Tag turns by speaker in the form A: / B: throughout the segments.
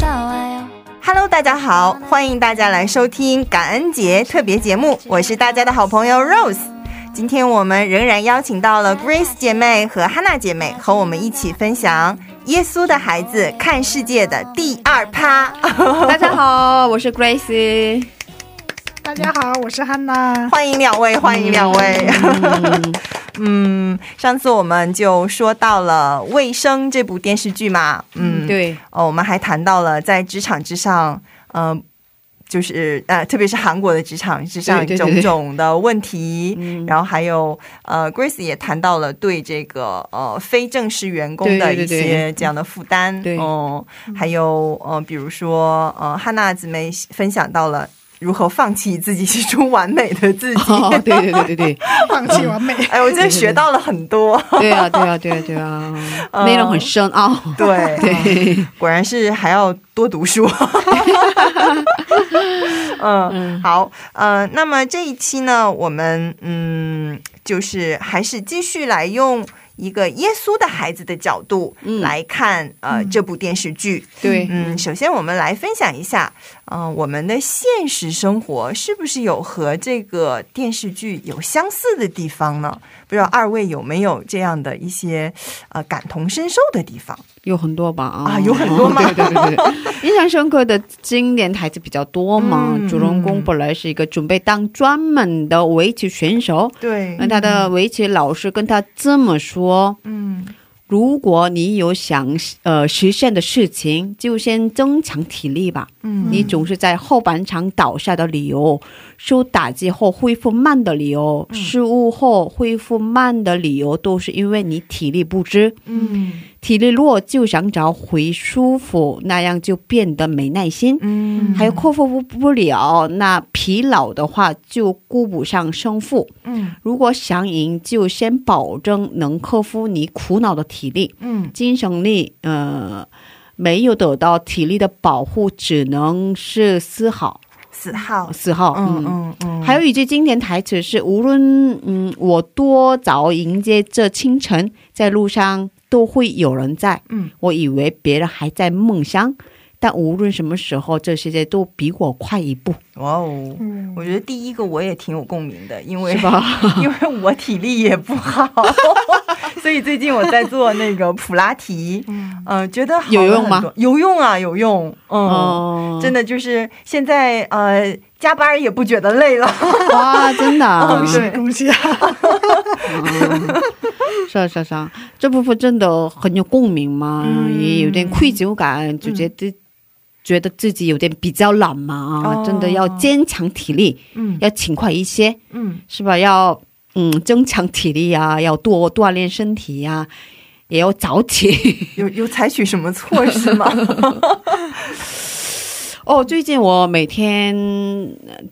A: Hello，大家好，欢迎大家来收听感恩节特别节目，我是大家的好朋友 Rose。今天我们仍然邀请到了 Grace 姐妹和 Hannah 姐妹，和我们一起分享《耶稣的孩子看世界》的第二趴。
B: 大家好，我是 Grace。
C: 大家好，我是 汉娜。
A: 欢迎两位，欢迎两位。 嗯，上次我们就说到了《卫生》这部电视剧嘛，嗯，
B: 对，
A: 哦，我们还谈到了在职场之上，嗯、呃，就是呃，特别是韩国的职场之上
B: 对对对
A: 种
B: 对
A: 种的问题，
B: 嗯
A: 然后还有呃，Grace 也谈到了对这个呃非正式员工的
B: 对对
A: 一
B: 对
A: 些这样的负担，
B: 对嗯
A: 哦、还有呃，比如说呃，汉娜姊妹分享到了如何放弃自己心中完美的自 己。
B: 哦，对对对对对，
C: 放弃完美，
A: 哎，我真的学到了很多。
B: 对啊，对啊，对啊，对啊，内容很深奥。
A: 嗯 对，
B: 对，
A: 果然是还要多读书。嗯，好，呃，那么这一期呢，我们嗯，就是还是继续来用一个耶稣的孩子的角度
B: 嗯
A: 来看、呃
C: 嗯
A: 这部电视剧。
B: 对，
A: 嗯，首先我们来分享一下，呃，我们的现实生活是不是有和这个电视剧有相似的地方呢？不知道二位有没有这样的一些呃感同身受的地方？
B: 有很多吧嗯
A: 啊有很多吗
B: 对对对对，印象深刻的经典台词比较多嘛。
A: 嗯
B: 主人公本来是一个准备当专门的围棋选手，
A: 对
B: 那他的围棋老师跟他这么说：
A: 嗯
B: 如果你有想呃实现的事情，就先增强体力吧。
A: 嗯
B: 你总是在后半场倒下的理由，受打击后恢复慢的理由，失误后恢复慢的理由，都是因为你体力不支。
A: 嗯
B: 体力弱就想找回舒服，那样就变得没耐心。
A: 嗯
B: 还有克服不了，那疲劳的话就顾不上胜负。
A: 嗯
B: 如果想赢，就先保证能克服你苦恼的体力。
A: 嗯
B: 精神力呃没有得到体力的保护，只能是思考
A: 四号，
B: 思考。
A: 嗯嗯嗯，
B: 还有一句经典台词是：无论嗯我多早迎接这清晨，在路上都会有人在。
A: 嗯，
B: 我以为别人还在梦乡，但无论什么时候，这世界都比我快一步，
A: 哇哦。
C: 嗯，
A: 我觉得第一个我也挺有共鸣的，因为
B: 是吧？
A: 因为我体力也不好， 所以最近我在做那个普拉提，嗯、觉得好了
B: 有用吗
A: 很多？有用啊，有用，嗯，
B: 哦
A: 真的就是现在呃加班也不觉得累 了，
B: 哇，真的啊、
A: 嗯对
C: 恭喜啊！
B: 嗯 是啊是啊是啊，这部分真的很有共鸣嘛，
A: 嗯
B: 也有点愧疚感，就觉得、觉得自己有点比较懒嘛，啊
A: 哦
B: 真的要坚强体力，
A: 嗯
B: 要勤快一些，
A: 嗯
B: 是吧？要嗯增强体力呀、要多锻炼身体呀、也要早 起
A: 有有采取什么措施 吗？
B: 哦。最近我每天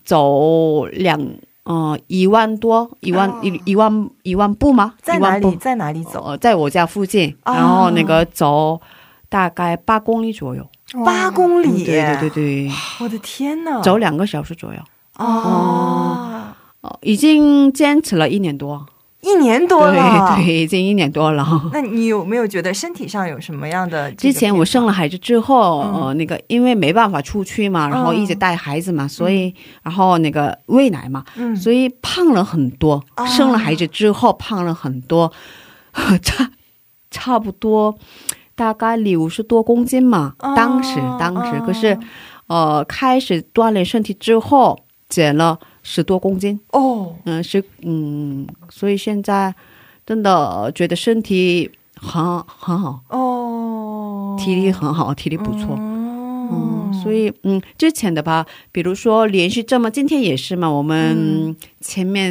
B: 走两呃一万多一万
C: 哦
B: 一一万一万步吗？
A: 在
B: 一
A: 哪
B: 万步
A: 里在哪里走？
B: 呃，在我家附近，
A: 啊
B: 然后那个走大概八公里左右，
A: 八公
B: 嗯
A: 里，
B: 对对对，对，
A: 我的天呐，
B: 走两个小时左右，
A: 哦，
B: 哦，已经坚持了一年多，
A: 一年多了，
B: 对对，已经一年多了。
A: 那你有没有觉得身体上有什么样的这个变
B: 之
A: 化？
B: 前我生了孩子之后，
A: 嗯
B: 呃，那个因为没办法出去嘛，然后一直带孩子嘛，所以然后那个喂奶嘛，
A: 嗯，
B: 所以胖了很多。
A: 哦
B: 生了孩子之后胖了很多， 差差不多大概六十多公斤嘛。
A: 哦
B: 当时当时、
A: 哦
B: 可是，呃，开始锻炼身体之后减了十多公斤。
A: 哦，
B: 嗯、是嗯，所以现在真的觉得身体很很好，
A: 哦，
B: 体力很好，体力不错。
A: 哦
B: 嗯，所以嗯，之前的吧，比如说连续这么，今天也是嘛，我
A: 嗯
B: 们前面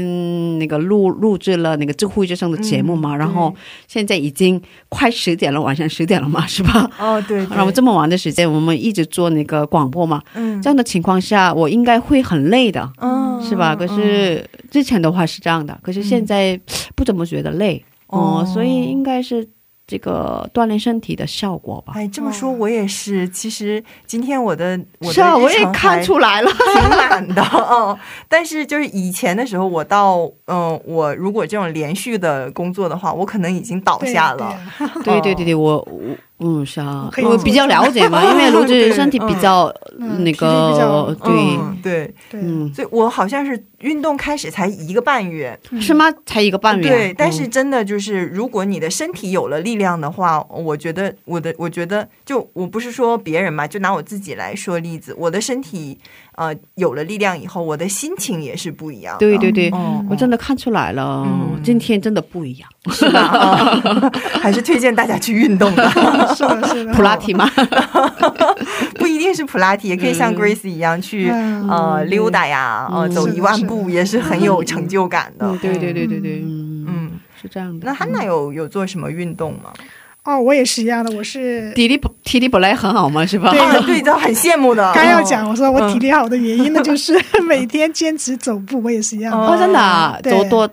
B: 那个录录制了那个智慧之声的节目
A: 嗯
B: 嘛，然后现在已经快十点了，晚上十点了嘛，是吧？
A: 哦，对，
B: 然后这么晚的时间，我们一直做那个广播嘛，
A: 嗯
B: 这样的情况下，我应该会很累的，
A: 嗯嗯
B: 是吧？可是之前的话是这样的，可是现在不怎么觉得累哦、
A: 哦
B: 所以应该是这个锻炼身体的效果吧。
A: 哎，这么说我也是，其实今天我的我的
B: 嗯是啊，我也
A: 日程还
B: 看出来了。
A: 挺懒的，嗯。但是就是以前的时候，我到嗯，我如果这种连续的工作的话，我可能已经倒
C: 对
A: 下
C: 对
A: 了。
C: 啊
B: 对对对对，我我嗯是啊，
C: 可以
B: 我
C: 做
B: 比较了解嘛，因为卢 志身体比较
C: 嗯
B: 那
C: 体力比较
B: 个对，
A: 嗯对，
C: 对，
B: 嗯
A: 所以我好像是运动开始才一个半月，
C: 嗯
B: 是吗？才一个半月啊，
A: 对。但
B: 嗯
A: 是真的就是，如果你的身体有了力量的话，我觉得我的，我觉得就我不是说别人嘛，就拿我自己来说例子，我的身体呃有了力量以后，我的心情也是不一样的。
B: 对对对，
A: 嗯
B: 我真的看出来了
A: 嗯，
B: 今天真的不一样，
A: 是吧？啊 还是推荐大家去运动的。
C: 是的，是的，
B: 嗯普拉 提嘛，
A: 不一定是普拉提，也可以像
B: 嗯
A: Grace 一样去、
C: 嗯
A: 呃溜达呀，
B: 嗯
A: 呃走
C: 是的
A: 一万
C: 是的
A: 步也是很有成就感的。
B: 嗯对对对对对，
A: 嗯，
B: 嗯，
A: 嗯，
B: 是这样的。
A: 那 Hanna 有有做什么运动吗？
C: 哦，我也是一样的，我是
B: 体力不体力本来很好嘛，是吧？
C: 对
A: 啊，对，这很羡慕的。 哦
C: 刚要讲，我说我体力好的原因呢，就是 每天坚持走步，我也是一样的。
B: 嗯哦，真的啊，
C: 对
B: 走多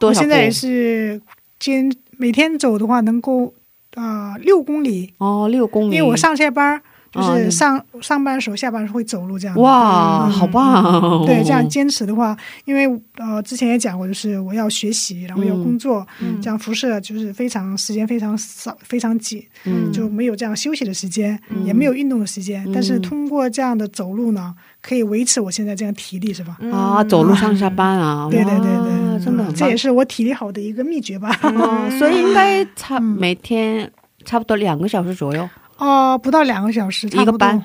B: 多
C: 我
B: 少步？
C: 现在也是坚每天走的话，能够呃六公里，
B: 哦，六公
C: 因
B: 里，
C: 为我上下班儿就
B: 哦你
C: 是上上班的时候、下班的时候会走路这样的。
B: 哇，
C: 嗯
B: 好棒哦！
C: 对，这样坚持的话，因为呃之前也讲过，就是我要学习，然后要工作，
A: 嗯
C: 这样辐射就是非常时间非常少，非常紧，
B: 嗯
C: 就没有这样休息的时间，
A: 嗯
C: 也没有运动的时间。
B: 嗯
C: 但是通过这样的走路呢，可以维持我现在这样体力，是吧？
A: 嗯
B: 啊，走路上下。班啊，
C: 对对对
A: 哦
B: 哇
C: 对，嗯
B: 真的很棒。
C: 这也是我体力好的一个秘诀吧。
A: 嗯
B: 哦，所以应该差
C: 嗯
B: 每天差不多两个小时左右，
C: 哦，不到两个小时，差
B: 一个
C: 不多
B: 班，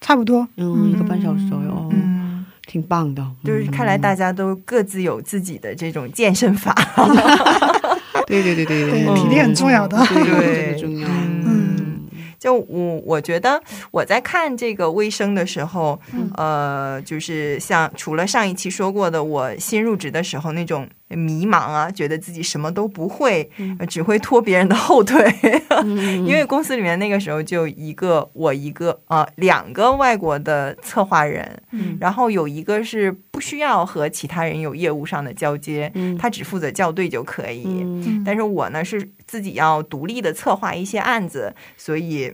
C: 差不多。
B: 嗯，一
C: 嗯
B: 个半小时左右，哦，
A: 嗯，
B: 挺棒的。
A: 就是看来大家都各自有自己的这种健身法。
B: 嗯对对对对
C: 对
B: 嗯
A: 体力很
C: 重要的
B: 对
A: 对
B: 这个重要。
A: 嗯就我我觉得我在看这个卫生的时候，
C: 嗯
A: 呃，就是像除了上一期说过的，我新入职的时候那种迷茫啊，觉得自己什么都不会，
C: 嗯
A: 呃只会拖别人的后腿。
B: 嗯
A: 因为公司里面那个时候就一个我一个呃两个外国的策划人，
C: 嗯
A: 然后有一个是不需要和其他人有业务上的交接，
B: 嗯
A: 他只负责校对就可以。
B: 嗯
A: 但是我呢是自己要独立的策划一些案子，所以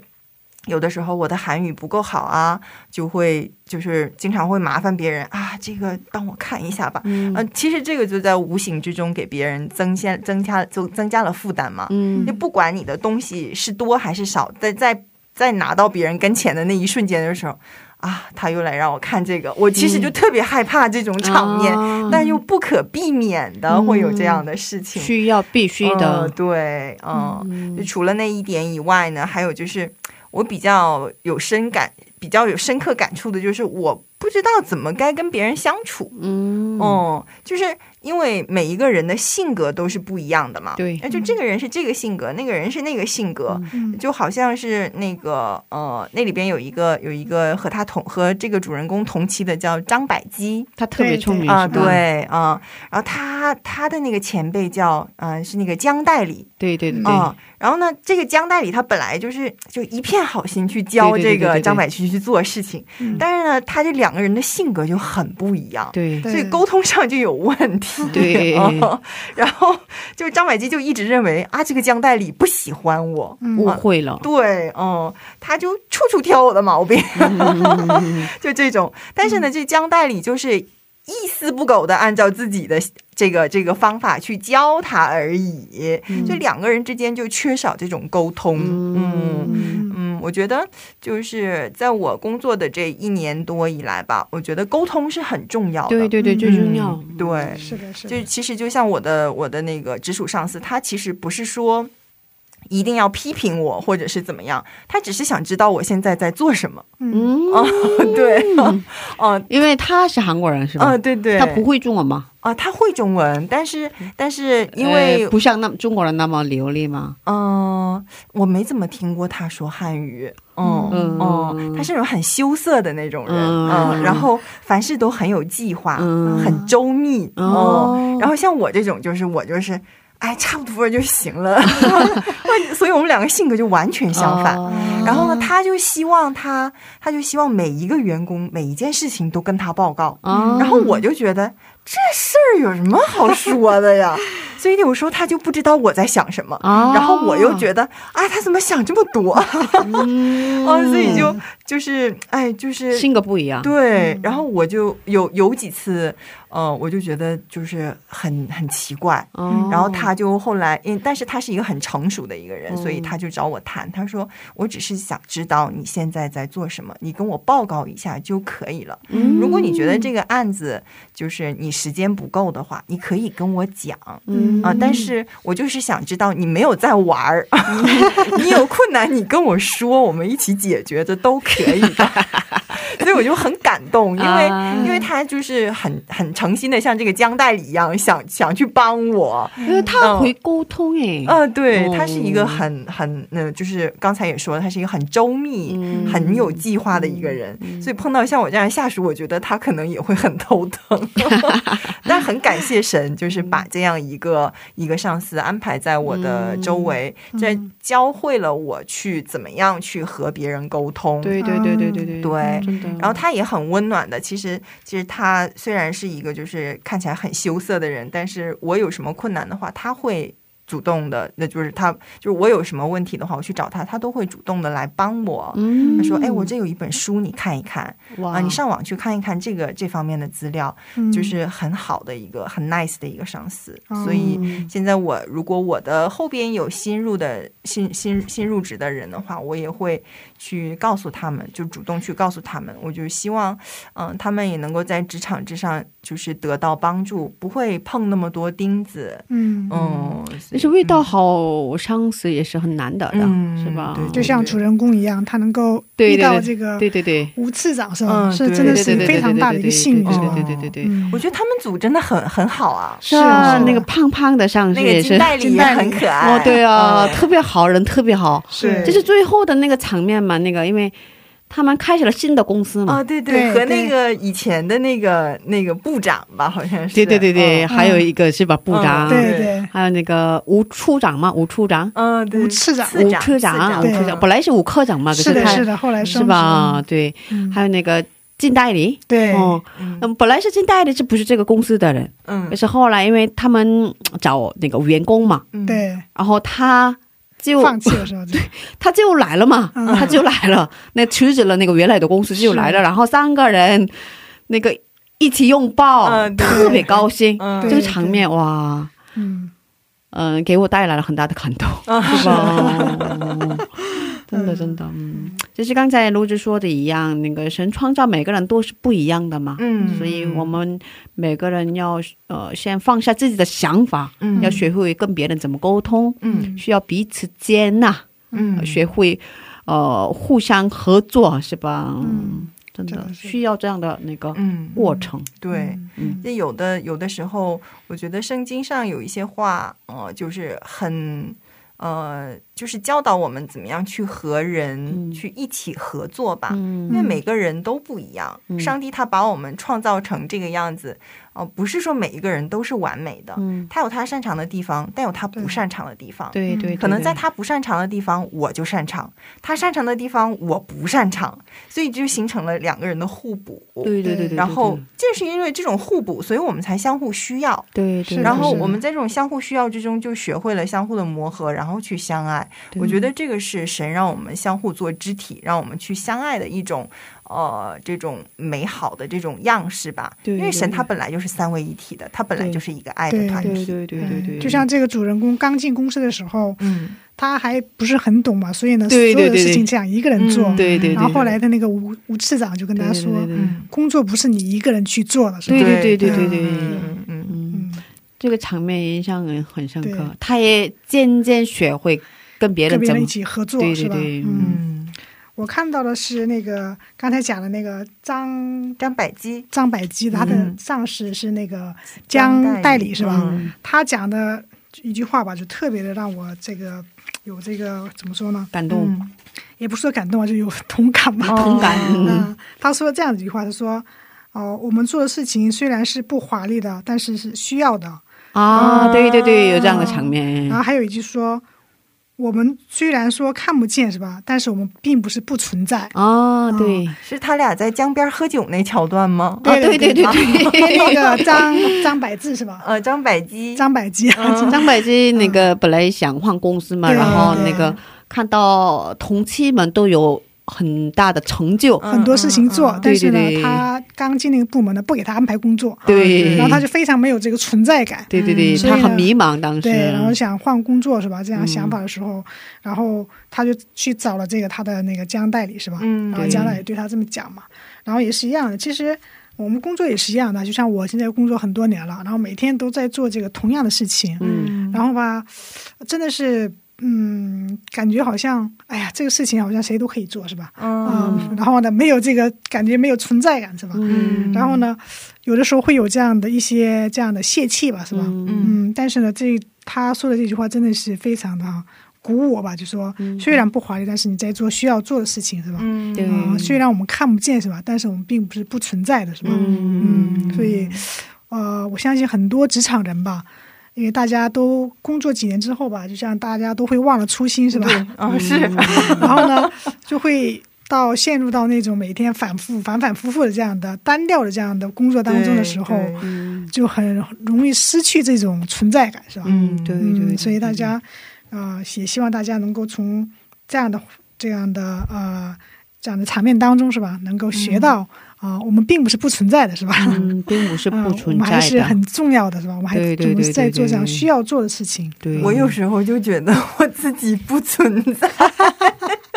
A: 有的时候我的韩语不够好啊，就会就是经常会麻烦别人啊，这个帮我看一下吧。
B: 嗯
A: 嗯，其实这个就在无形之中给别人增加增加就增加了负担嘛。
B: 嗯
A: 就不管你的东西是多还是少，在在在拿到别人跟前的那一瞬间的时候，啊，他又来让我看这个，我其实就特别害怕这种场面，
B: 啊
A: 但又不可避免的会有这样的事情。
B: 需要必须
A: 呃
B: 的，
A: 对，嗯，就除了那一点以外呢，还有就是我比较有深感、比较有深刻感触的，就是我不知道怎么该跟别人相处。
B: 嗯
A: 哦、就是因为每一个人的性格都是不一样的嘛。
B: 对嗯
A: 哎，就这个人是这个性格，那个人是那个性格。
C: 嗯
A: 就好像是那个呃，那里边有一个有一个和他同和这个主人公同期的叫张百基，
B: 他特别聪明
A: 啊，
B: 是吧
A: 对啊、然后他他的那个前辈叫呃是那个江代理
B: 对对对对
A: 啊、然后呢，这个江代理他本来就是就一片好心去教
B: 对对对
A: 这
B: 对
A: 个
B: 对对
A: 张百屈去做事情，
C: 嗯
A: 但是呢，他这两个人的性格就很不一样。
B: 对
C: 对
A: 所以沟通上就有问题，
B: 对
A: 哦 然后就张百基就一直认为啊，这个江代理不喜欢我，
C: 嗯
B: 误会了，
A: 对，嗯，他就处处挑我的毛病， 就这种。但是呢，这江代理就是一丝不苟的按照自己的这个这个方法去教他而已，
C: 嗯
A: 就两个人之间就缺少这种沟通，嗯
C: 嗯
A: 嗯，我觉得就是在我工作的这一年多以来吧，我觉得沟通是很重要的。
B: 对对对，最重要，
A: 嗯对，
C: 是的，是
A: 就
C: 的，
A: 其实就像我的我的那个直属上司，他其实不是说一定要批评我或者是怎么样，他只是想知道我现在在做什么。
B: 嗯，
A: 哦，对，哦，哦
B: 因为他是韩国人嗯是吧？
A: 呃对对，
B: 他不会中文吗？
A: 啊、他会中文，但是但是因为
B: 呃不像那中国人那么流利吗？
A: 嗯，我没怎么听过他说汉语。嗯
B: 嗯
A: 哦、他是那种很羞涩的那种人，
B: 嗯
A: 嗯，然后凡事都很有计划，
B: 嗯
A: 很周密，
B: 哦
A: 嗯然后像我这种，就是我就是，哎，差不多就行 了，所以我们两个性格就完全相反。
B: 哦
A: 然后呢，他就希望他，他就希望每一个员工每一件事情都跟他报告，
B: 哦
A: 然后我就觉得这事儿有什么好说的呀？ 所以有时候他就不知道我在想什么，
B: 哦
A: 然后我又觉得啊，他怎么想这么多？
B: 嗯
A: 哦，所以就就是哎，就是
B: 性格不一样。嗯
A: 对。然后我就有有几次，呃，我就觉得就是很很奇怪。
B: 哦
A: 然后他就后来，因但是他是一个很成熟的一个人，
B: 嗯
A: 所以他就找我谈，他说我只是想知道你现在在做什么，你跟我报告一下就可以了。
B: 嗯
A: 如果你觉得这个案子就是你时间不够的话，你可以跟我讲啊、
B: 嗯
C: 啊
A: 但是我就是想知道你没有在玩儿， 你有困难你跟我说，我们一起解决，这都可以 的。所以我就很感动，因为、
B: 啊
A: 因为他就是很很诚心的，像这个江代理一样，想想去帮我。
B: 因为他会沟通诶，
A: 呃，对，他是一个
B: 嗯哦
A: 很很，呃，就是刚才也说了，他是一个很周密、
B: 嗯
A: 很有计划的一个人，所以碰到像我这样的下属，我觉得他可能也会很头 疼。 但很感谢神，就是把
B: 嗯
A: 这样一个一个上司安排在我的周围，这、
B: 嗯
A: 教会了我去怎么样去和别人沟通。
B: 对嗯对对对对对
A: 对
B: 真的。
A: 然后他也很温暖的。其实，其实他虽然是一个就是看起来很羞涩的人，但是我有什么困难的话，他会主动的，那就是他就是我有什么问题的话，我去找他，他都会主动的来帮我。
B: 嗯
A: 他说：“哎，我这有一本书，你看一看啊，你上网去看一看这个这方面的资料，
C: 嗯
A: 就是很好的一个很 nice 的一个上司。
C: 哦
A: 所以现在我如果我的后边有新入的新新新入职的人的话，我也会去告诉他们，就主动去告诉他们。我就是希望，嗯、他们也能够在职场之上就是得到帮助，不会碰那么多钉子。
C: 嗯，
A: 嗯，
B: 但是味道好，上司也是很难得的，
A: 嗯
B: 是吧？
A: 对
C: 就像主人公一样，他能够
B: 对
C: 遇
B: 对
C: 到
B: 对
C: 这个
B: 对对对，
C: 吴次长是
A: 嗯
C: 吧？是
A: 对
C: 真
B: 对
C: 的
B: 对
C: 是
B: 对对
C: 非常大的一个幸运，
B: 对
C: 是
B: 对
C: 吧？
B: 对对对对对。
C: 嗯
A: 我觉得他们组真的很很好啊，
B: 是啊，
C: 是
B: 那个胖胖的上司
A: 那个
B: 也是
A: 金，代理
C: 金
A: 也
C: 代理
A: 很可爱。
B: 哦，对啊，
A: 嗯
B: 特别好，人特别好。
C: 嗯啊
A: 对
B: 就是最后的那个场面嘛，那个因为他们开始了新的公司嘛，
A: 啊，对对，
C: 对
A: 和那个以前的那个那个部长吧，好像是。
B: 对对对对，
A: 嗯
B: 还有一个是嗯吧，部长，
C: 对
A: 对
C: 对
B: 还有那个吴处长嘛，吴处长，
A: 嗯，对，
C: 吴次长
A: 次
B: 吴
A: 长，
B: 科长，
A: 次
B: 吴
C: 对
B: 科长，本来是吴科长嘛，可
C: 是的，
B: 他
C: 是的，后来升
B: 是吧？？对，
C: 嗯
B: 还有那个靳代理，
C: 对，
B: 哦，
A: 嗯
B: 嗯，本来是靳代理，这不是这个公司的人，可
A: 嗯
B: 是后来因为他们嗯找那个员工嘛，
A: 嗯，
C: 对，
B: 然后他就
C: 放弃了 是吧？
B: 他就来了嘛，
C: 嗯
B: 他就来了，那辞职了那个原来的公司就来了，然后三个人那个一起拥抱，
A: 嗯对
B: 特别高兴，
A: 嗯，
B: 这个场面哇，
C: 嗯，
B: 嗯、给我带来了很大的感动，
A: 嗯
B: 是吧？真的，真的，嗯，就是刚才卢子说的一样，那个神创造每个人都是不一样的嘛，
A: 嗯，
B: 所以我们每个人要呃先放下自己的想法，
A: 嗯
B: 要学会跟别人怎么沟通，
A: 嗯
B: 需要彼此接纳，
A: 嗯
B: 学会呃互相合作，是吧？嗯，真
C: 真
B: 的
C: 的是
B: 需要这样的那个
A: 嗯，
B: 过程。
A: 对。
B: 嗯
A: 那有的有的时候，我觉得圣经上有一些话，呃，就是很，呃，就是教导我们怎么样去和人、
B: 嗯
A: 去一起合作吧。因
B: 嗯
A: 为每个人都不一样，
B: 嗯
A: 上帝他把我们创造成这个样子，哦、不是说每一个人都是完美的，
B: 嗯，
A: 他有他擅长的地方，但有他不
C: 对
A: 擅长的地方。
B: 对对，对
A: 嗯可能在
B: 对
A: 他不擅长的地方，我就擅长；他擅长的地方，我不擅长，所以就形成了两个人的互补。
B: 对对对对，
A: 然后正是因为这种互补，所以我们才相互需要。
B: 对对，
C: 是的
A: 然后
C: 是的
A: 我们在这种相互需要之中，就学会了相互的磨合，然后去相爱。我觉得这个是神让我们相互做肢体，让我们去相爱的一种，呃，这种美好的这种样式吧。
B: 对
A: 因为神
B: 对
A: 他本来就是三位一体的，他本来
B: 对
A: 就是一个爱的团
B: 对
A: 体。
B: 对对对对，
C: 就像这个主人公刚进公司的时候，
A: 嗯，
C: 他还不是很懂嘛，所以呢，所
B: 对对
C: 有的
B: 对
C: 事情
B: 对
C: 只想一个人做
A: 嗯。
B: 对对，对
C: 然后后来的那个吴吴次长就跟他说，
B: 对
A: 嗯，
C: 工作不是你一个人去做的，是吧？
B: 对对对对
C: 对
B: 对对，
A: 嗯嗯嗯
B: 嗯，
C: 嗯，
B: 这个场面印象很深刻
C: 对，
B: 他也渐渐学会跟别
C: 跟
B: 人
C: 别
B: 怎
C: 人
B: 么
C: 一起合作，
B: 对
C: 是
B: 对
C: 吧？
B: 对，
C: 嗯，
A: 嗯，
C: 我看到的是那个刚才讲的那个张
A: 张百基
C: 张百基，他的
A: 嗯
C: 上司是那个
A: 江
C: 江
A: 代
C: 代
A: 理
C: 理是吧？
A: 嗯
C: 他讲的一句话吧，就特别的让我这个有这个怎么说呢？
B: 感动、
A: 嗯
C: 也不是说感动啊，就有 同感吧。
A: 哦
B: 同感，嗯
C: 嗯，他说这样一句话，他说：“哦、我们做的事情虽然是不华丽的，但是是需要的。
B: 啊，对对对，有这样的场面
A: 嗯
C: 然，后还有一句说：“我们虽然说看不见是吧，但是我们并不是不 存在。
B: 啊，对，
A: 是他俩在江边喝酒那桥段吗？
B: 啊，对对对
A: 啊
B: 对。
C: 那个张张柏芝是吧？
A: 呃，张百基，
C: 张柏芝，
A: 哦
B: 张柏芝那个本来想换公司嘛，
C: 嗯对
B: 然后那
C: 对
B: 个看到同期们都有很大的成就，
A: 嗯
C: 很多事情做，
A: 嗯嗯
C: 但是呢，
B: 对对对
C: 他刚进那个部门呢，不给他安排工作，
B: 对，
C: 然后他就非常没有这个存在感。
B: 对对对，
C: 嗯所以
B: 他
C: 呢
B: 很迷茫当时，
C: 对，然后想换工作是吧？这样
B: 啊嗯
C: 想法的时候，然后他就去找了这个他的那个江代理是吧？
A: 嗯
C: 然后
B: 对
C: 江代理对他这么讲嘛，然后也是一样的。其实我们工作也是一样的，就像我现在工作很多年了，然后每天都在做这个同样的事情，
B: 嗯，
C: 然后吧，真的是。嗯，感觉好像，哎呀，这个事情好像谁都可以做，是吧？啊
A: 嗯
C: 然后呢，没有这个感觉，没有存在感，是吧？
B: 嗯
C: 然后呢，有的时候会有这样的一些这样的泄气吧，是吧？
B: 嗯
A: 嗯
C: 嗯，但是呢，这他说的这句话真的是非常的鼓舞我吧，就说虽然不华丽，但是你在做需要做的事情，是吧？
A: 嗯
B: 对
C: 啊、虽然我们看不见，是吧？但是我们并不是不存在的，是吧？
B: 嗯
C: 所以，呃，我相信很多职场人吧，因为大家都工作几年之后吧，就像大家都会忘了初心，是吧？
A: 啊是，
C: 然后呢，就会到陷入到那种每天反复、反反复复的这样的单调的这样的工作当中的时候，
A: 对嗯对
C: 就很容易失去这种存在感，是吧？
B: 嗯，对对对，
C: 嗯，所以大家，呃，也希望大家能够从这样的、这样的、呃，这样的场面当中，是吧？能够学到啊、我们并不是不存在的，是吧？
B: 嗯，并不是
C: 啊
B: 不
C: 我
B: 存
C: 们还
B: 在
C: 是
B: 的，
C: 很重要的，是吧？我们还
B: 对对
C: 我们
B: 对
C: 在
B: 对
C: 做
B: 对
C: 这样
B: 对
C: 需要做的事情。嗯
B: 对，
A: 我有时候就觉得我自己不存在，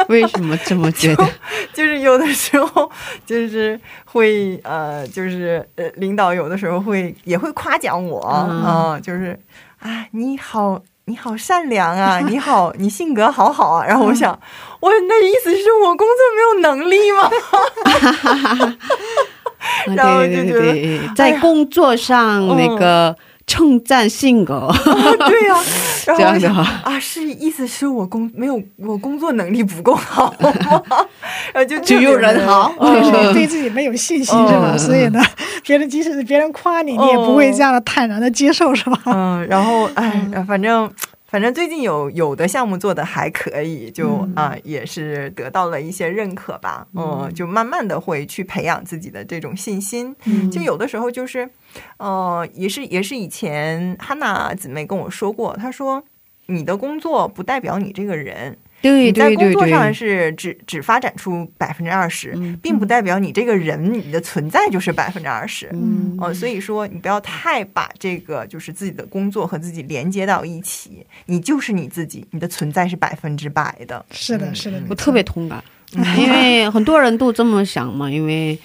B: 为什么这么 觉得？
A: 就是有的时候就是会呃，就是呃，领导有的时候会也会夸奖我，
B: 嗯
A: 嗯、就是啊，你好。你好善良啊！你好，你性格好好啊！然
C: 嗯
A: 后我想，我那意思是我工作没有能力吗？
B: 啊
A: 然后就
B: 对对
A: 觉得
B: 对对
C: 哎
B: 对，在工作上
A: 哎呀
B: 那个称赞性格，
C: 嗯
A: 对呀、然
B: 这
A: 后
B: 样
A: 我
B: 就
A: 想
B: 好
A: 啊，是意思是我工没有我工作能力不够好 吗？然后就
B: 只
A: 这
B: 有
A: 个
B: 人好
A: 嗯
C: 就是你对自己没有信心，是吧？
B: 嗯
C: 所以呢，别人即使是别人夸你，你也不
B: 哦
C: 会这样的坦然的接受，是吧？
A: 嗯，然后哎，反正反正最近有有的项目做的还可以，就
B: 嗯
A: 啊、也是得到了一些认可吧。嗯，就慢慢的会去培养自己的这种信心。
B: 嗯
A: 就有的时候就是，呃，也是也是以前哈娜姊妹跟我说过，她说你的工作不代表你这个人，
B: 对
A: 你在
B: 对
A: 工
B: 对
A: 作上
B: 对，
A: 是只只发展出百分之二十
B: 嗯，
A: 并不代表你这个人你的存在就是百分之二十。
B: 嗯
A: 哦，所以说你不要太把这个就是自己的工作和自己连接到一起，你就是你自己，你的存在是百分之百的。
C: 是的，是的，没
B: 我
C: 错
B: 特别同感，
C: 嗯
B: 因为很多人都这么想嘛，因为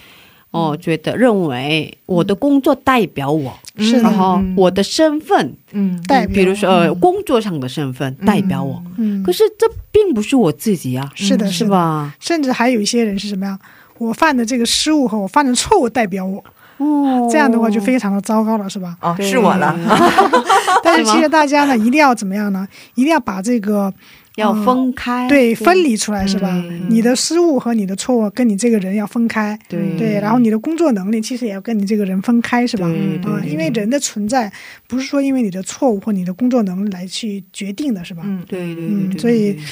B: 哦，
C: 嗯
B: 觉得认为我的工作代表我，
C: 是
B: 然
C: 的，
B: 后我的身份，
A: 嗯，
C: 嗯代表
B: 比如说呃，工作上的身份代表我，
C: 嗯
B: 可，是嗯这并不是我自己呀，
C: 是的，
B: 是
C: 的？
B: 吧？
C: 甚至还有一些人是什么呀？我犯的这个失误和我犯的错误代表我，
B: 哦，
C: 这样的话就非常的糟糕了，是吧？
A: 哦，
B: 对
A: 是我了，
C: 但是其
B: 哦是
C: 实
B: 吗
C: 大家呢，一定要怎么样呢？一定要把这个
B: 要分开，
C: 对分离出来，是吧？
B: 哎嗯
C: 你的失误和你的错误跟你这个人要分开，
B: 对
C: 对，然后你的工作能力其实也要跟你这个人分开，是吧？
B: 对对
C: 啊，
B: 对
C: 因为人的存在不是说因为你的错误或你的工作能力来去决定的，是吧？
A: 嗯，
B: 对对对
C: 嗯
B: 对，
C: 所以
B: 对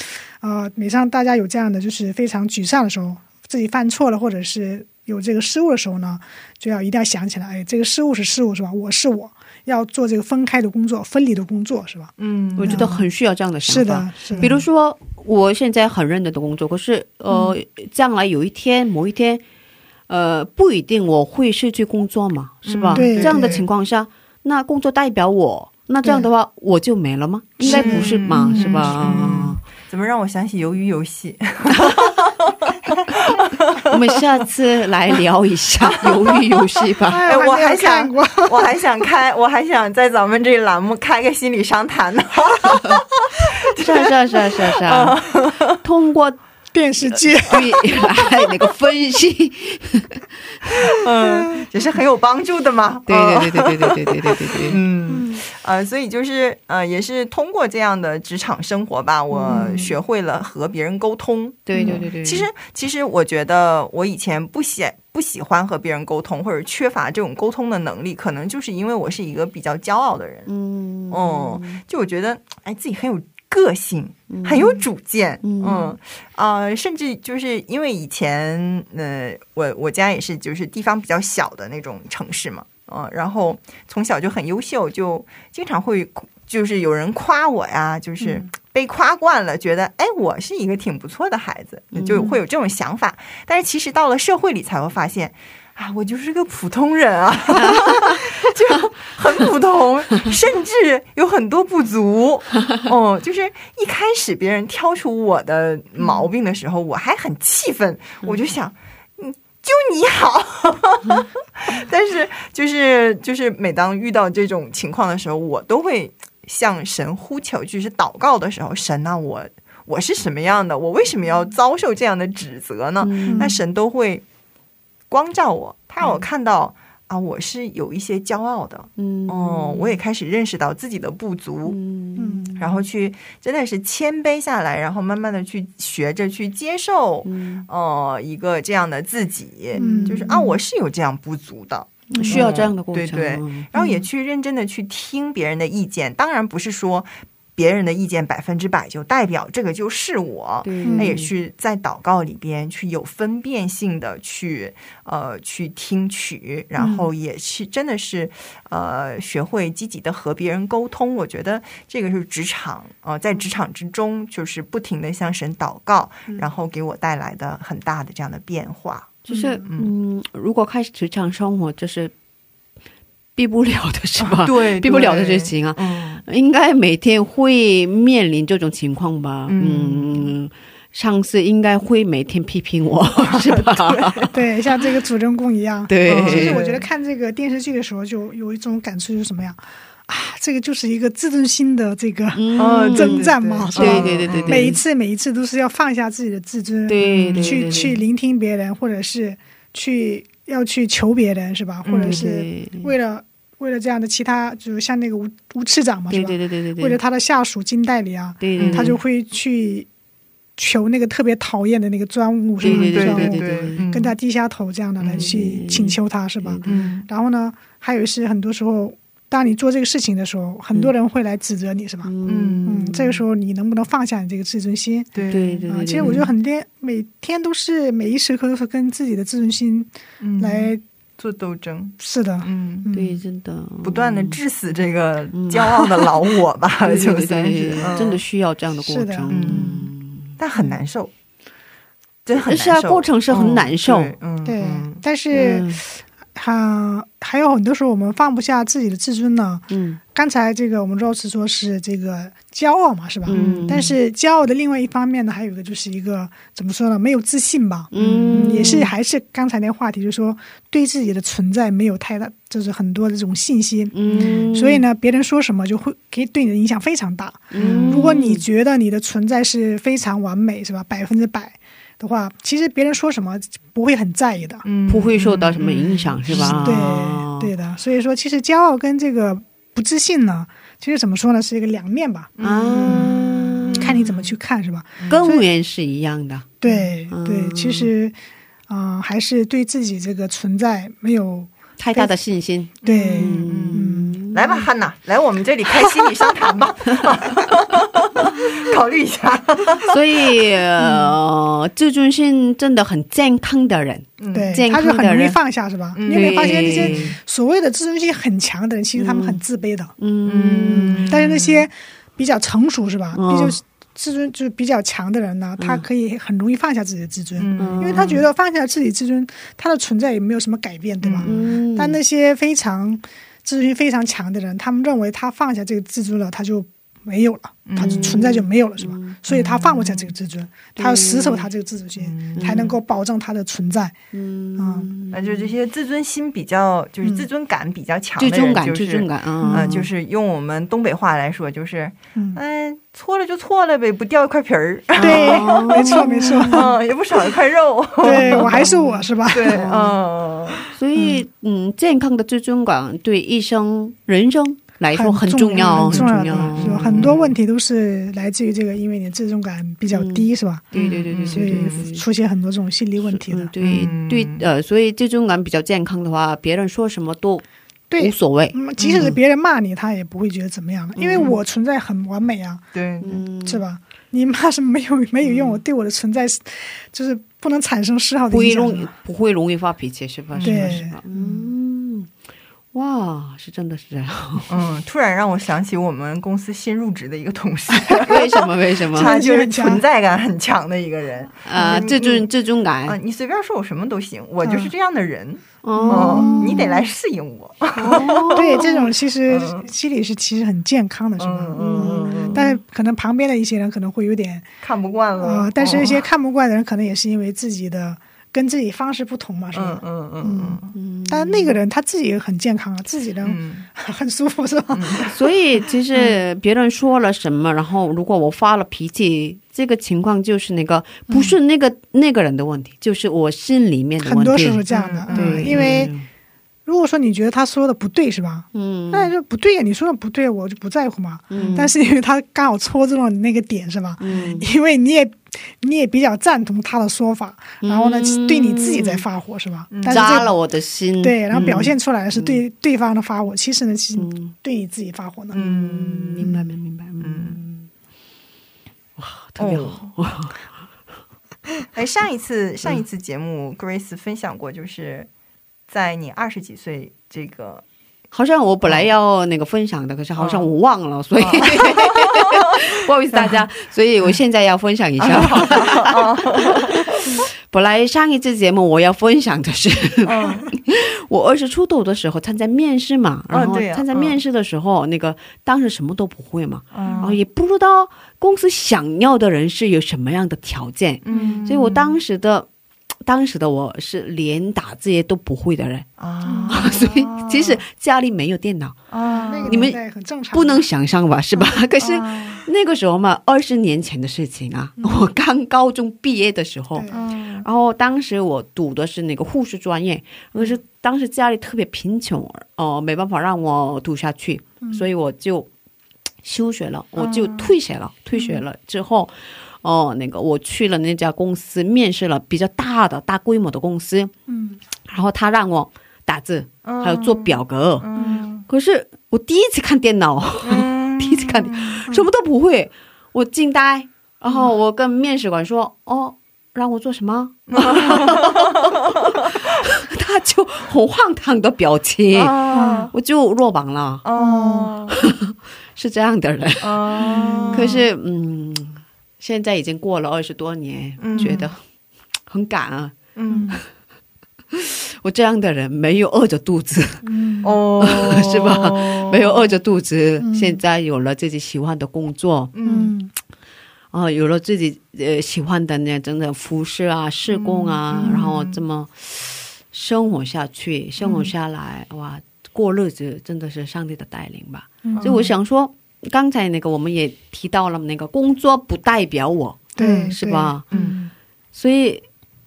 C: 啊，每当大家有这样的就是非常沮丧的时候，自己犯错了或者是有这个失误的时候呢，就要一定要想起来，哎，这个失误是失误，是吧？我是我，要做这个分开的工作、分离的工作，是吧？
A: 嗯，
B: 我觉得很需要这样的想法。
C: 是的，是的。
B: 比如说，我现在很认真的工作，可是呃，将来有一天，某一天，呃，不一定我会失去工作嘛，是吧？
C: 嗯对
B: 这样的
C: 对
B: 情况下，那工作代表我，那这样的
C: 对
B: 话我就没了吗？应该不是嘛，嗯
C: 是
B: 是吧？啊
A: 怎么让我想起鱿鱼游戏？
B: 我们下次来聊一下鱿鱼游戏吧。
C: 哎
A: 我还
C: 没有看
A: 想
C: 过，
A: 我还想开，我还想在咱们这栏目开个心理商谈呢，
B: 是啊是啊是啊是啊是啊， 通过
C: 电视剧。
B: 对来那个分 析，
A: 嗯，也是很有帮助的嘛。
B: 对
A: 嗯
B: 对对对对对对对对对对，
A: 嗯，呃，所以就是呃，也是通过这样的职场生活吧，我学会了和别人沟通。
B: 嗯对对对对，
A: 其实，其实我觉得我以前不喜不喜欢和别人沟通，或者缺乏这种沟通的能力，可能就是因为我是一个比较骄傲的人。
B: 嗯
A: 哦、就我觉得，哎，自己很有个性，很有主见，嗯呃，甚至就是因为以前，呃，我我家也是就是地方比较小的那种城市嘛，嗯、然后从小就很优秀，就经常会就是有人夸我呀，就是。被夸惯了，觉得哎，我是一个挺不错的孩子，就会有这种想法。但是其实到了社会里才会发现，啊，我就是个普通人啊， 就很普通，甚至有很多不足。哦，就是一开始别人挑出我的毛病的时候，我还很气愤，我就想。嗯就你好， 但是就是就是，每当遇到这种情况的时候，我都会向神呼求，就是祷告的时候，神呐、我我是什么样的？我为什么要遭受这样的指责呢？
B: 嗯
A: 那神都会光照我，他让我看到、啊，我是有一些骄傲的，
B: 嗯
A: 哦，我也开始认识到自己的不足，
B: 嗯
C: 嗯，
A: 然后去真的是谦卑下来，然后慢慢的去学着去接受，
B: 嗯，
A: 哦，一个这样的自己，
C: 嗯
A: 就是啊，我是有这样不足的，
B: 需要这样的过程，
A: 对对然
B: 嗯
A: 后也去认真的去听别人的意见，当然不是说别人的意见百分之百就代表这个就是我，
B: 对，
A: 那也是在祷告里边去有分辨性的去呃去听取，然后也是真的是呃学会积极的和别人沟通。我觉得这个是职场呃在职场之中就是不停的向神祷告，然后给我带来的很大的这样的变化。
B: 就是嗯，如果开始职场生活，就是避不了的是 吧？
A: 对
B: 避不了的事情啊，
A: 嗯
B: 应该每天会面临这种情况吧？
A: 嗯
B: 嗯，上司应该会每天批评我，是吧？
C: 嗯对，像这个主人公一样。
B: 对
A: 嗯
C: 哦其实我
A: 对
C: 觉得看这个电视剧的时候，就有一种感触，就是什么呀？啊，这个就是一个自尊心的这个，
A: 哦
B: 嗯，
A: 对
C: 征战嘛是吧
B: 对对对对对
C: 每一次每一次都是要放下自己的自尊，
B: 对对对
C: 去
B: 对
C: 去聆听别人，或者是去要去求别人，是吧？
A: 嗯
C: 或者是
B: 对
C: 为了为了这样的其他，就是像那个吴吴市长嘛，是
B: 对
C: 吧？
B: 对对对对，嗯
C: 为了他的下属金代理啊，
B: 对对，
C: 他就会去求那个特别讨厌的那个专务，是吧？
B: 对对嗯
C: 专务
B: 对对
A: 嗯
C: 跟他低下头这样的来去请求他，是吧？
A: 嗯
C: 然后呢，还有是很多时候，当你做这个事情的时候，很多人会来指责你，是吧？
B: 嗯，
A: 嗯
C: 嗯，这个时候你能不能放下你这个自尊心
A: 对
B: 对对
C: 啊？
B: 对，
C: 其实我觉得很天每天都是每一时刻都是跟自己的自尊心
A: 嗯
C: 来
A: 做斗争，
C: 是的，
A: 嗯。
C: 嗯
B: 对，真的
A: 不断的致死这个
B: 嗯
A: 骄傲的老我吧，
B: 对对
A: 就
B: 对
A: 算
B: 对
A: 是
B: 对
A: 嗯
B: 真的需要这样的过
C: 是的
B: 程，
A: 嗯但很难受，真的很
B: 是
A: 难
B: 啊，
A: 受，
B: 过程是很难受，
A: 嗯，
C: 对
A: 嗯，
C: 但是哈、还有很多时候我们放不下自己的自尊呢。
B: 嗯
C: 刚才这个我们 Rose 说是这个骄傲嘛，是吧？
B: 嗯，
C: 但是骄傲的另外一方面呢，还有一个就是一个怎么说呢，没有自信吧。
B: 嗯
C: 也是还是刚才那个话题，就是说对自己的存在没有太大，就是很多的这种信心，
B: 嗯，
C: 所以呢，别人说什么就会可以对你的影响非常大。
B: 嗯，
C: 如果你觉得你的存在是非常完美，是吧，百分之百的话，其实别人说什么不会很在意的，
A: 嗯
B: 不会受到什么影响，是吧？啊
C: 嗯对对的。所以说，其实骄傲跟这个不自信呢，其实怎么说呢，是一个两面吧，
B: 嗯啊，
C: 看你怎么去看，是吧？
B: 根源是一样的，
C: 对
B: 嗯
C: 对，其实，嗯、还是对自己这个存在没有
B: 太大的信心，
C: 对，
A: 嗯来吧，汉娜，来我们这里开心理商谈 吧， 考虑一下。
B: 所以呃，自尊心真的很健康的人，
C: 嗯对，
B: 嗯健
C: 他
B: 康
C: 就很
B: 的
C: 容易
B: 人
C: 放下，是吧？
A: 嗯
C: 你有没有发现那些
B: 对
C: 所谓的自尊心很强的人，其实他们很自卑的。
B: 嗯
C: 但是那些比较成熟，是吧？
B: 嗯
C: 比较自尊就是比较强的人呢，他可以很容易放下自己的自尊，
A: 嗯
C: 因为他觉得放下自己自尊，他的存在也没有什么改变，对吧？
B: 嗯，
C: 但那些非常自尊心非常强的人，他们认为他放下这个自尊了，他就没有了，
A: 嗯
C: 它存在就没有了，是吧？所以他放不下这个自尊，他要死守他这个自主
A: 嗯
C: 性，才能够保证他的存在。嗯，
A: 那就这些自尊心比较，就是自尊感比较强
B: 嗯最
A: 的人，
B: 重感，
A: 就
B: 最
A: 是
B: 重感啊，
A: 呃，就是用我们东北话来说，就是
C: 嗯
A: 嗯，错了就错了呗，不掉一块皮儿，
C: 对，没错没错，
A: 嗯，也不少一块肉，
C: 对我还是我是吧？
A: 对，嗯，
B: 所以嗯，健康的最重感对一生人生来说很
C: 重
B: 要，
C: 很
B: 很
C: 重
B: 重
C: 要的，是吧？
B: 要。
C: 很多问题都是来自于这个，因为你自重感比较低，是吧？
B: 对对对对
C: 所
B: 对对嗯对
C: 以出现很多这种心理问题
B: 嗯
C: 的，。
B: 对对呃，所以最重感比较健康的话，别人说什么都无
C: 对，
B: 所谓。
C: 嗯即使是别人骂你，他也不会觉得怎么样的，因为我存在很完美啊，
A: 对，
B: 嗯，
C: 是吧？你骂是没有没有用，我对我的存在是就是不能产生丝毫的
B: 不会
C: 影响
B: 容
C: 的
B: 易。不会容易发脾气，是吧？是吧？
C: 对
B: 是吧？嗯，哇，是真的是这样。
A: 嗯，突然让我想起我们公司新入职的一个同事，
B: 为什么？为什么？
A: 他就是存在感很强的一个人
B: 啊，
C: 嗯
B: 自尊自尊感
C: 哎
A: 啊，你随便说我什么都行，我就是这样的人，
B: 哦，
A: 嗯，你得来适应我，
C: 对，这种其实
B: 嗯
C: 心理是其实很健康的，是吧？
A: 嗯嗯嗯，
C: 但是可能旁边的一些人可能会有点
A: 看不惯了
B: 嗯
C: 呃，，但是一
B: 哦
C: 些看不惯的人可能也是因为自己的跟自己方式不同嘛，是
A: 嗯
C: 吧？
A: 嗯嗯
C: 但那个人他自己也很健康啊，自己的
A: 嗯
C: 很舒服，是吧？
B: 所以其
C: 嗯
B: 实别人说了什么，然后如果我发了脾气，这个情况就是那个不是那个那个人的问题，就是我心里面的
C: 很
B: 问
C: 多时候是
B: 题。
C: 这样的，
A: 嗯
C: 嗯
B: 对，
C: 因为如果说你觉得他说的不对，是吧？
B: 嗯，
C: 那就不对呀，你说的不对，我就不在乎嘛。
B: 嗯
C: 但是因为他刚好戳中了你那个点，是吧？
B: 嗯，
C: 因为你也你也比较赞同他的说法，然后呢，对你自己在发火，是吧？但是
B: 嗯扎
C: 这
B: 了我的心。
C: 对，然后表
B: 嗯
C: 现出来的是对对方的发火，其实呢，其实对你自己发火呢。
A: 嗯，
B: 明白，明白，明白。嗯，哇，特别好。
A: 哦
B: 嗯
A: 哎，上一次上一次节目，Grace 分享过，就是在你二十几岁这个，
B: 好像我本来要那个分享的，可是好像我忘了，所以 不好意思大家，所以我现在要分享一下。本来上一次节目我要分享的是，
A: 嗯
B: 我二十出头的时候参加面试嘛，
A: 嗯
B: 然后
A: 对呀
B: 参加面试的时候，那个当时什么都不会嘛，然后
A: 嗯
B: 也不知道公司想要的人是有什么样的条件，
A: 嗯
B: 所以我当时的。当时的我是连打字也都不会的人，
A: 啊
B: 所以即使家里没有电脑，
A: 啊
C: 那个
B: 你们
C: 年代很正常，
B: 不能想象吧，是吧？可是那个时候嘛，二十年前的事情啊，我刚高中毕业的时候，
C: 对
A: 嗯
B: 然后当时我读的是那个护士专业，可是当时家里特别贫穷，哦、没办法让我读下去，所以我就休学了，我就退学了。退学了之后，哦、那个我去了那家公司面试了比较大的大规模的公司，
C: 嗯
B: 然后他让我打字，还有做表格，
A: 嗯
B: 可是我第一次看电脑。
A: 嗯
B: 第一次看你，什么都不会，我惊呆。然后我跟面试官说：“哦，让我做 什么？” 他就很荒唐的表情，
A: 啊
B: 我就落榜了，
A: 哦
B: 是这样的人。
A: 哦，
B: 可是，嗯，现在已经过了二十多年，
A: 嗯
B: 觉得很感恩、
A: 嗯
B: 我这样的人没有饿着肚子，
C: 嗯
A: 哦
B: 是吧？没有饿着肚子、
C: 嗯
B: 现在有了自己喜欢的工作，
A: 嗯
B: 啊、有了自己呃喜欢的那种的服饰啊、饰工啊，
C: 嗯
B: 然后这么生活下去、生活下来，哇，过日子真的是上帝的带领吧。
C: 嗯
B: 所以我想说，刚才那个我们也提到了，那个工作不代表我，
C: 对
B: 是？吧？
C: 嗯
B: 所以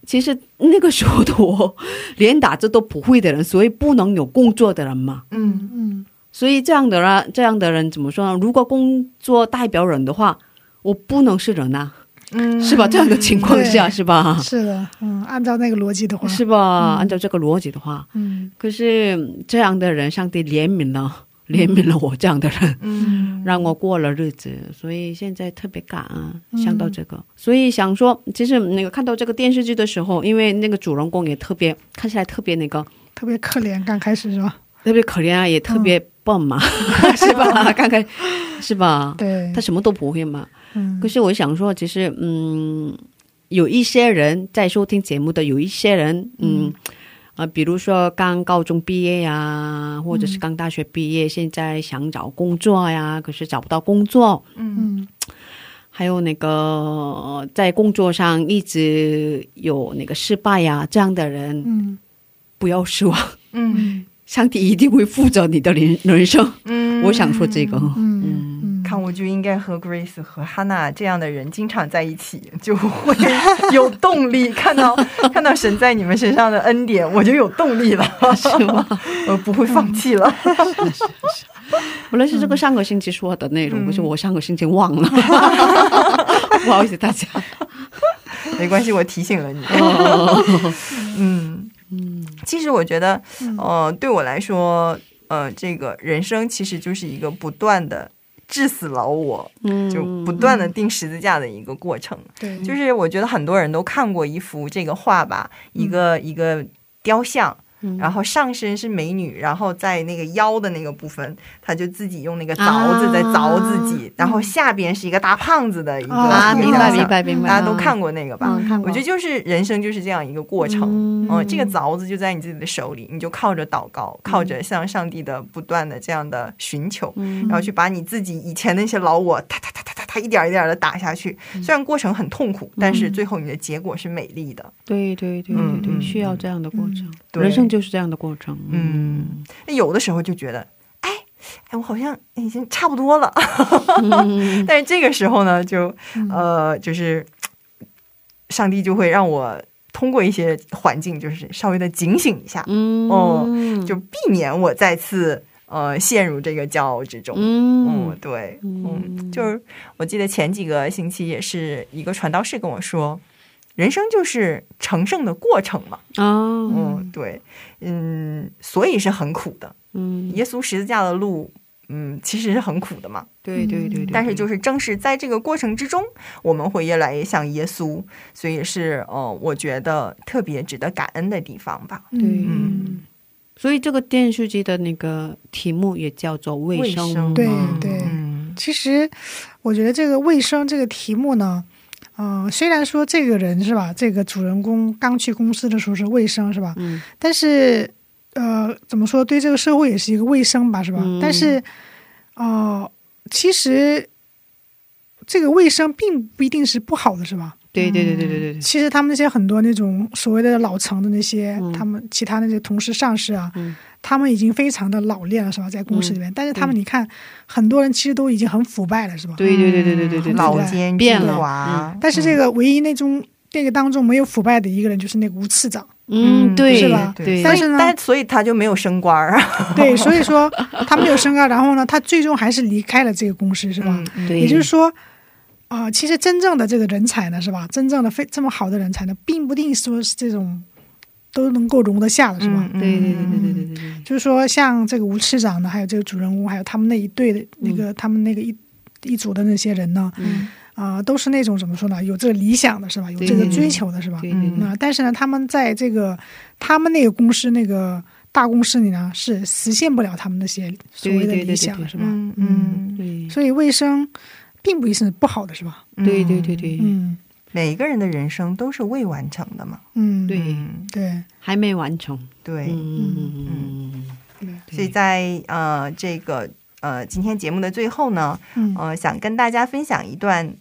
B: 其实那个时候的我，连打字都不会的人，所以不能有工作的人嘛。
A: 嗯
C: 嗯
B: 所以这样的人，这样的人怎么说呢？如果工作代表人的话，我不能是人啊。
A: 嗯
B: 是吧？这样的情况下，
C: 对
B: 是吧？
C: 是的，嗯，按照那个逻辑的话，
B: 是吧？按照这个逻辑的话，
C: 嗯
B: 可是嗯这样的人，上帝怜悯了，怜悯了我这样的人，
A: 嗯
B: 让我过了日子，所以现在特别感恩。
C: 嗯
B: 想到这个，所以想说，其实那个看到这个电视剧的时候，因为那个主人公也特别看起来特别那个
C: 特别可怜，刚开始是吧？
B: 特别可怜啊，也特
C: 嗯
B: 别笨嘛， 是 吧？看看是吧？
C: 对
B: 他，什么都不会嘛，
C: 嗯
B: 可是我想说，其实嗯，有一些人在收听节目的，有一些人嗯，呃，比如说刚高中毕业呀、或者是刚大学毕业，现在想找工作呀，可是找不到工作，
A: 嗯
C: 嗯
B: 还有那个呃在工作上一直有那个失败呀，这样的人
C: 嗯
B: 不要失望，
A: 嗯
B: 上帝一定会负责你的人人生。
A: 嗯
B: 我想说这个，
C: 嗯嗯，
A: 看我就应该和 Grace 和 Hannah 这样的人经常在一起，就会有动力。看到 看到神在你们身上的恩典，我就有动力了， 是吗？我不会放弃 了。
B: 本来是这个上个星期说的内容，可是我上个星期忘了，不好意思大家。
A: 没关系，我提醒了你。
B: 哦
A: 嗯其实我觉得，
C: 嗯
A: 呃，对我来说，呃，这个人生其实就是一个不断的致死老我，
B: 嗯
A: 就不断的钉十字架的一个过程。
C: 对，
A: 就是我觉得很多人都看过一幅这个画吧，一个
B: 嗯
A: 一个雕像。然后上身是美女，然后在那个腰的那个部分，她就自己用那个凿子在凿自己，然后下边是一个大胖子的一个
C: 啊
A: 一
B: 嗯啊，
A: 个
B: 明
A: 雕
B: 白
A: 像
B: 明白明白，
A: 大家都看过那个吧？
B: 嗯看过
A: 我觉得就是人生就是这样一个过程。
B: 嗯
A: 嗯，这个凿子就在你自己的手里，你就靠着祷告，靠着向上帝的不断的这样的寻求，
B: 嗯
A: 然后去把你自己以前那些老我，哒哒哒哒哒哒，一点儿一点的打下去。
B: 嗯
A: 虽然过程很痛苦，但是最后你的结果是美丽的。
B: 对对对对
A: 嗯
B: 对，
A: 嗯
B: 需要这样的过程，
A: 对
B: 人生就是这样的过程。
A: 嗯，那有的时候就觉得，哎哎，我好像已经差不多了，
B: 嗯，
A: 但是这个时候呢，就呃，就是嘖上帝就会让我通过一些环境，就是稍微的警醒一下，
B: 嗯
A: 哦就避免我再次呃陷入这个骄傲之中。
B: 嗯
A: 嗯，对，嗯，
B: 嗯
A: 就是我记得前几个星期也是一个传道士跟我说，人生就是成圣的过程嘛。
B: 啊
A: 嗯，对，嗯，所以是很苦的。
B: 嗯，
A: 耶稣十字架的路，嗯，其实是很苦的嘛。
B: 对对对对，
A: 但是就是是正是在这个过程之中，我们会越来越像耶稣，所以是呃，我觉得特别值得感恩的地方吧。
C: 对嗯
B: 所以这个电视剧的那个题目也叫做卫
A: 卫
B: 生
A: 生，
C: 对
A: 嗯
C: 对
A: 嗯
C: 其实我觉得这个卫生这个题目呢，嗯、虽然说这个人是吧，这个主人公刚去公司的时候是卫生是吧，
B: 嗯
C: 但是呃，怎么说，对这个社会也是一个卫生吧，是吧？
B: 嗯
C: 但是呃，其实这个卫生并不一定是不好的，是吧？
B: 对对对对对对对，
C: 其实他们那些很多那种所谓的老成的那些，
B: 嗯
C: 他们其他那些同事上司啊，
B: 嗯
C: 他们已经非常的老练了，是吧？在公司里面，但是他们你看，很多人其实都已经很腐败了，是吧？
B: 对对对对对对对，
A: 老奸巨
B: 变了嗯
A: 猾。
C: 但是这个唯一那种那个当中没有腐败的一个人，就是那个吴次长。
B: 嗯对
C: 是吧
B: 对，
A: 但
C: 但
A: 是
C: 是呢
A: 但所以他就没有升官儿啊，
C: 对，所以说他没有升高，然后呢，他最终还是离开了这个公司，是吧？
B: 对，
C: 也就是说，啊、其实真正的这个人才呢，是吧？真正的非这么好的人才呢，并不一定说是这种都能够容得下的，是吧？
A: 嗯
B: 对对对
A: 嗯
B: 对对对对对，
C: 就是说，像这个吴市长呢，还有这个主人公，还有他们那一队的那个、他们那个一一组的那些人呢，
B: 嗯
C: 啊、都是那种怎么说呢？有这个理想的是吧？有
B: 对
C: 这个
B: 对对
C: 追求的是吧？
B: 嗯对
A: 嗯
B: 对对
C: 那但是呢，他们在这个他们那个公司那个大公司里呢，是实现不了他们那些所谓的
B: 嗯对对对对
C: 理想的，是吧？
A: 嗯嗯，
B: 对嗯
C: 所以卫生并不一定是不好的，是吧？
B: 对对对对，
C: 嗯
A: 每个人的人生都是未完成的嘛。
C: 嗯，
B: 对
A: 嗯，
C: 对，
B: 还没完成，
A: 对，
B: 嗯嗯嗯，
A: 所以在呃这个呃今天节目的最后呢，
C: 嗯
B: 哦
A: 呃，想跟大家分享一段。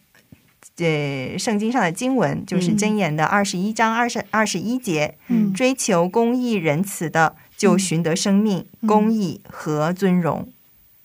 A: 呃，圣经上的经文就是
B: 嗯
A: 箴言的二十一章二十二十一节，
C: 嗯
A: 追求公义仁慈的，就寻得生命、
C: 嗯
A: 公义和尊荣。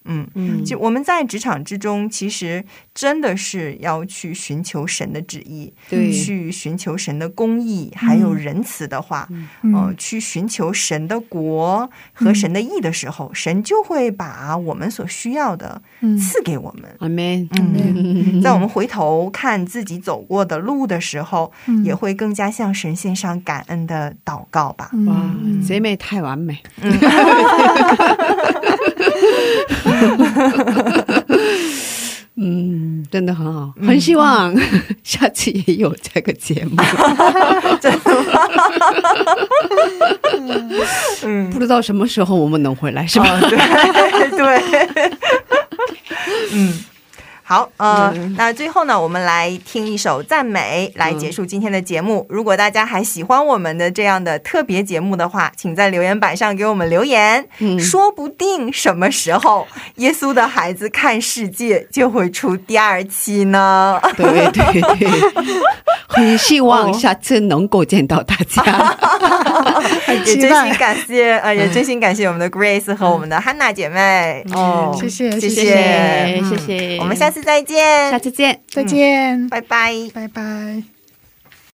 A: 嗯，
B: 嗯
A: 就我们在职场之中，其实真的是要去寻求神的旨意，
B: 对
A: 去寻求神的公义，还有仁慈的话，
C: 嗯
B: 哦
A: 呃，去寻求神的国和神的义的时候，神就会把我们所需要的
C: 嗯
A: 赐给我们。
B: 阿门，
A: 嗯，在我们回头看自己走过的路的时候，
C: 嗯
A: 也会更加向神献上感恩的祷告吧。
C: 嗯
B: 哇
C: 嗯，
B: 姐妹太完 美，嗯，真的很好，很希望 下次也有这个节目，
A: 真的吗？嗯
B: 不知道什么时候我们能回来，是吧？
A: 啊，对对，嗯。好，呃
B: 嗯，
A: 那最后呢，我们来听一首赞美，来结束今天的节目。如果大家还喜欢我们的这样的特别节目的话，请在留言板上给我们留言。
B: 嗯
A: 说不定什么时候《耶稣的孩子看世界》就会出第二期呢。
B: 对对对， 很希
A: 哦
B: 望下次能够见到大家。
A: 也真心感谢，呃，也真心感谢我们的 Grace 和我们的 Hannah 姐妹。哦
C: 谢谢
A: 谢
C: 谢
B: 谢
A: 嗯
B: 谢谢
A: 我们下次再见，
B: 下次见。
C: 再见，
A: 拜拜。
C: 拜拜。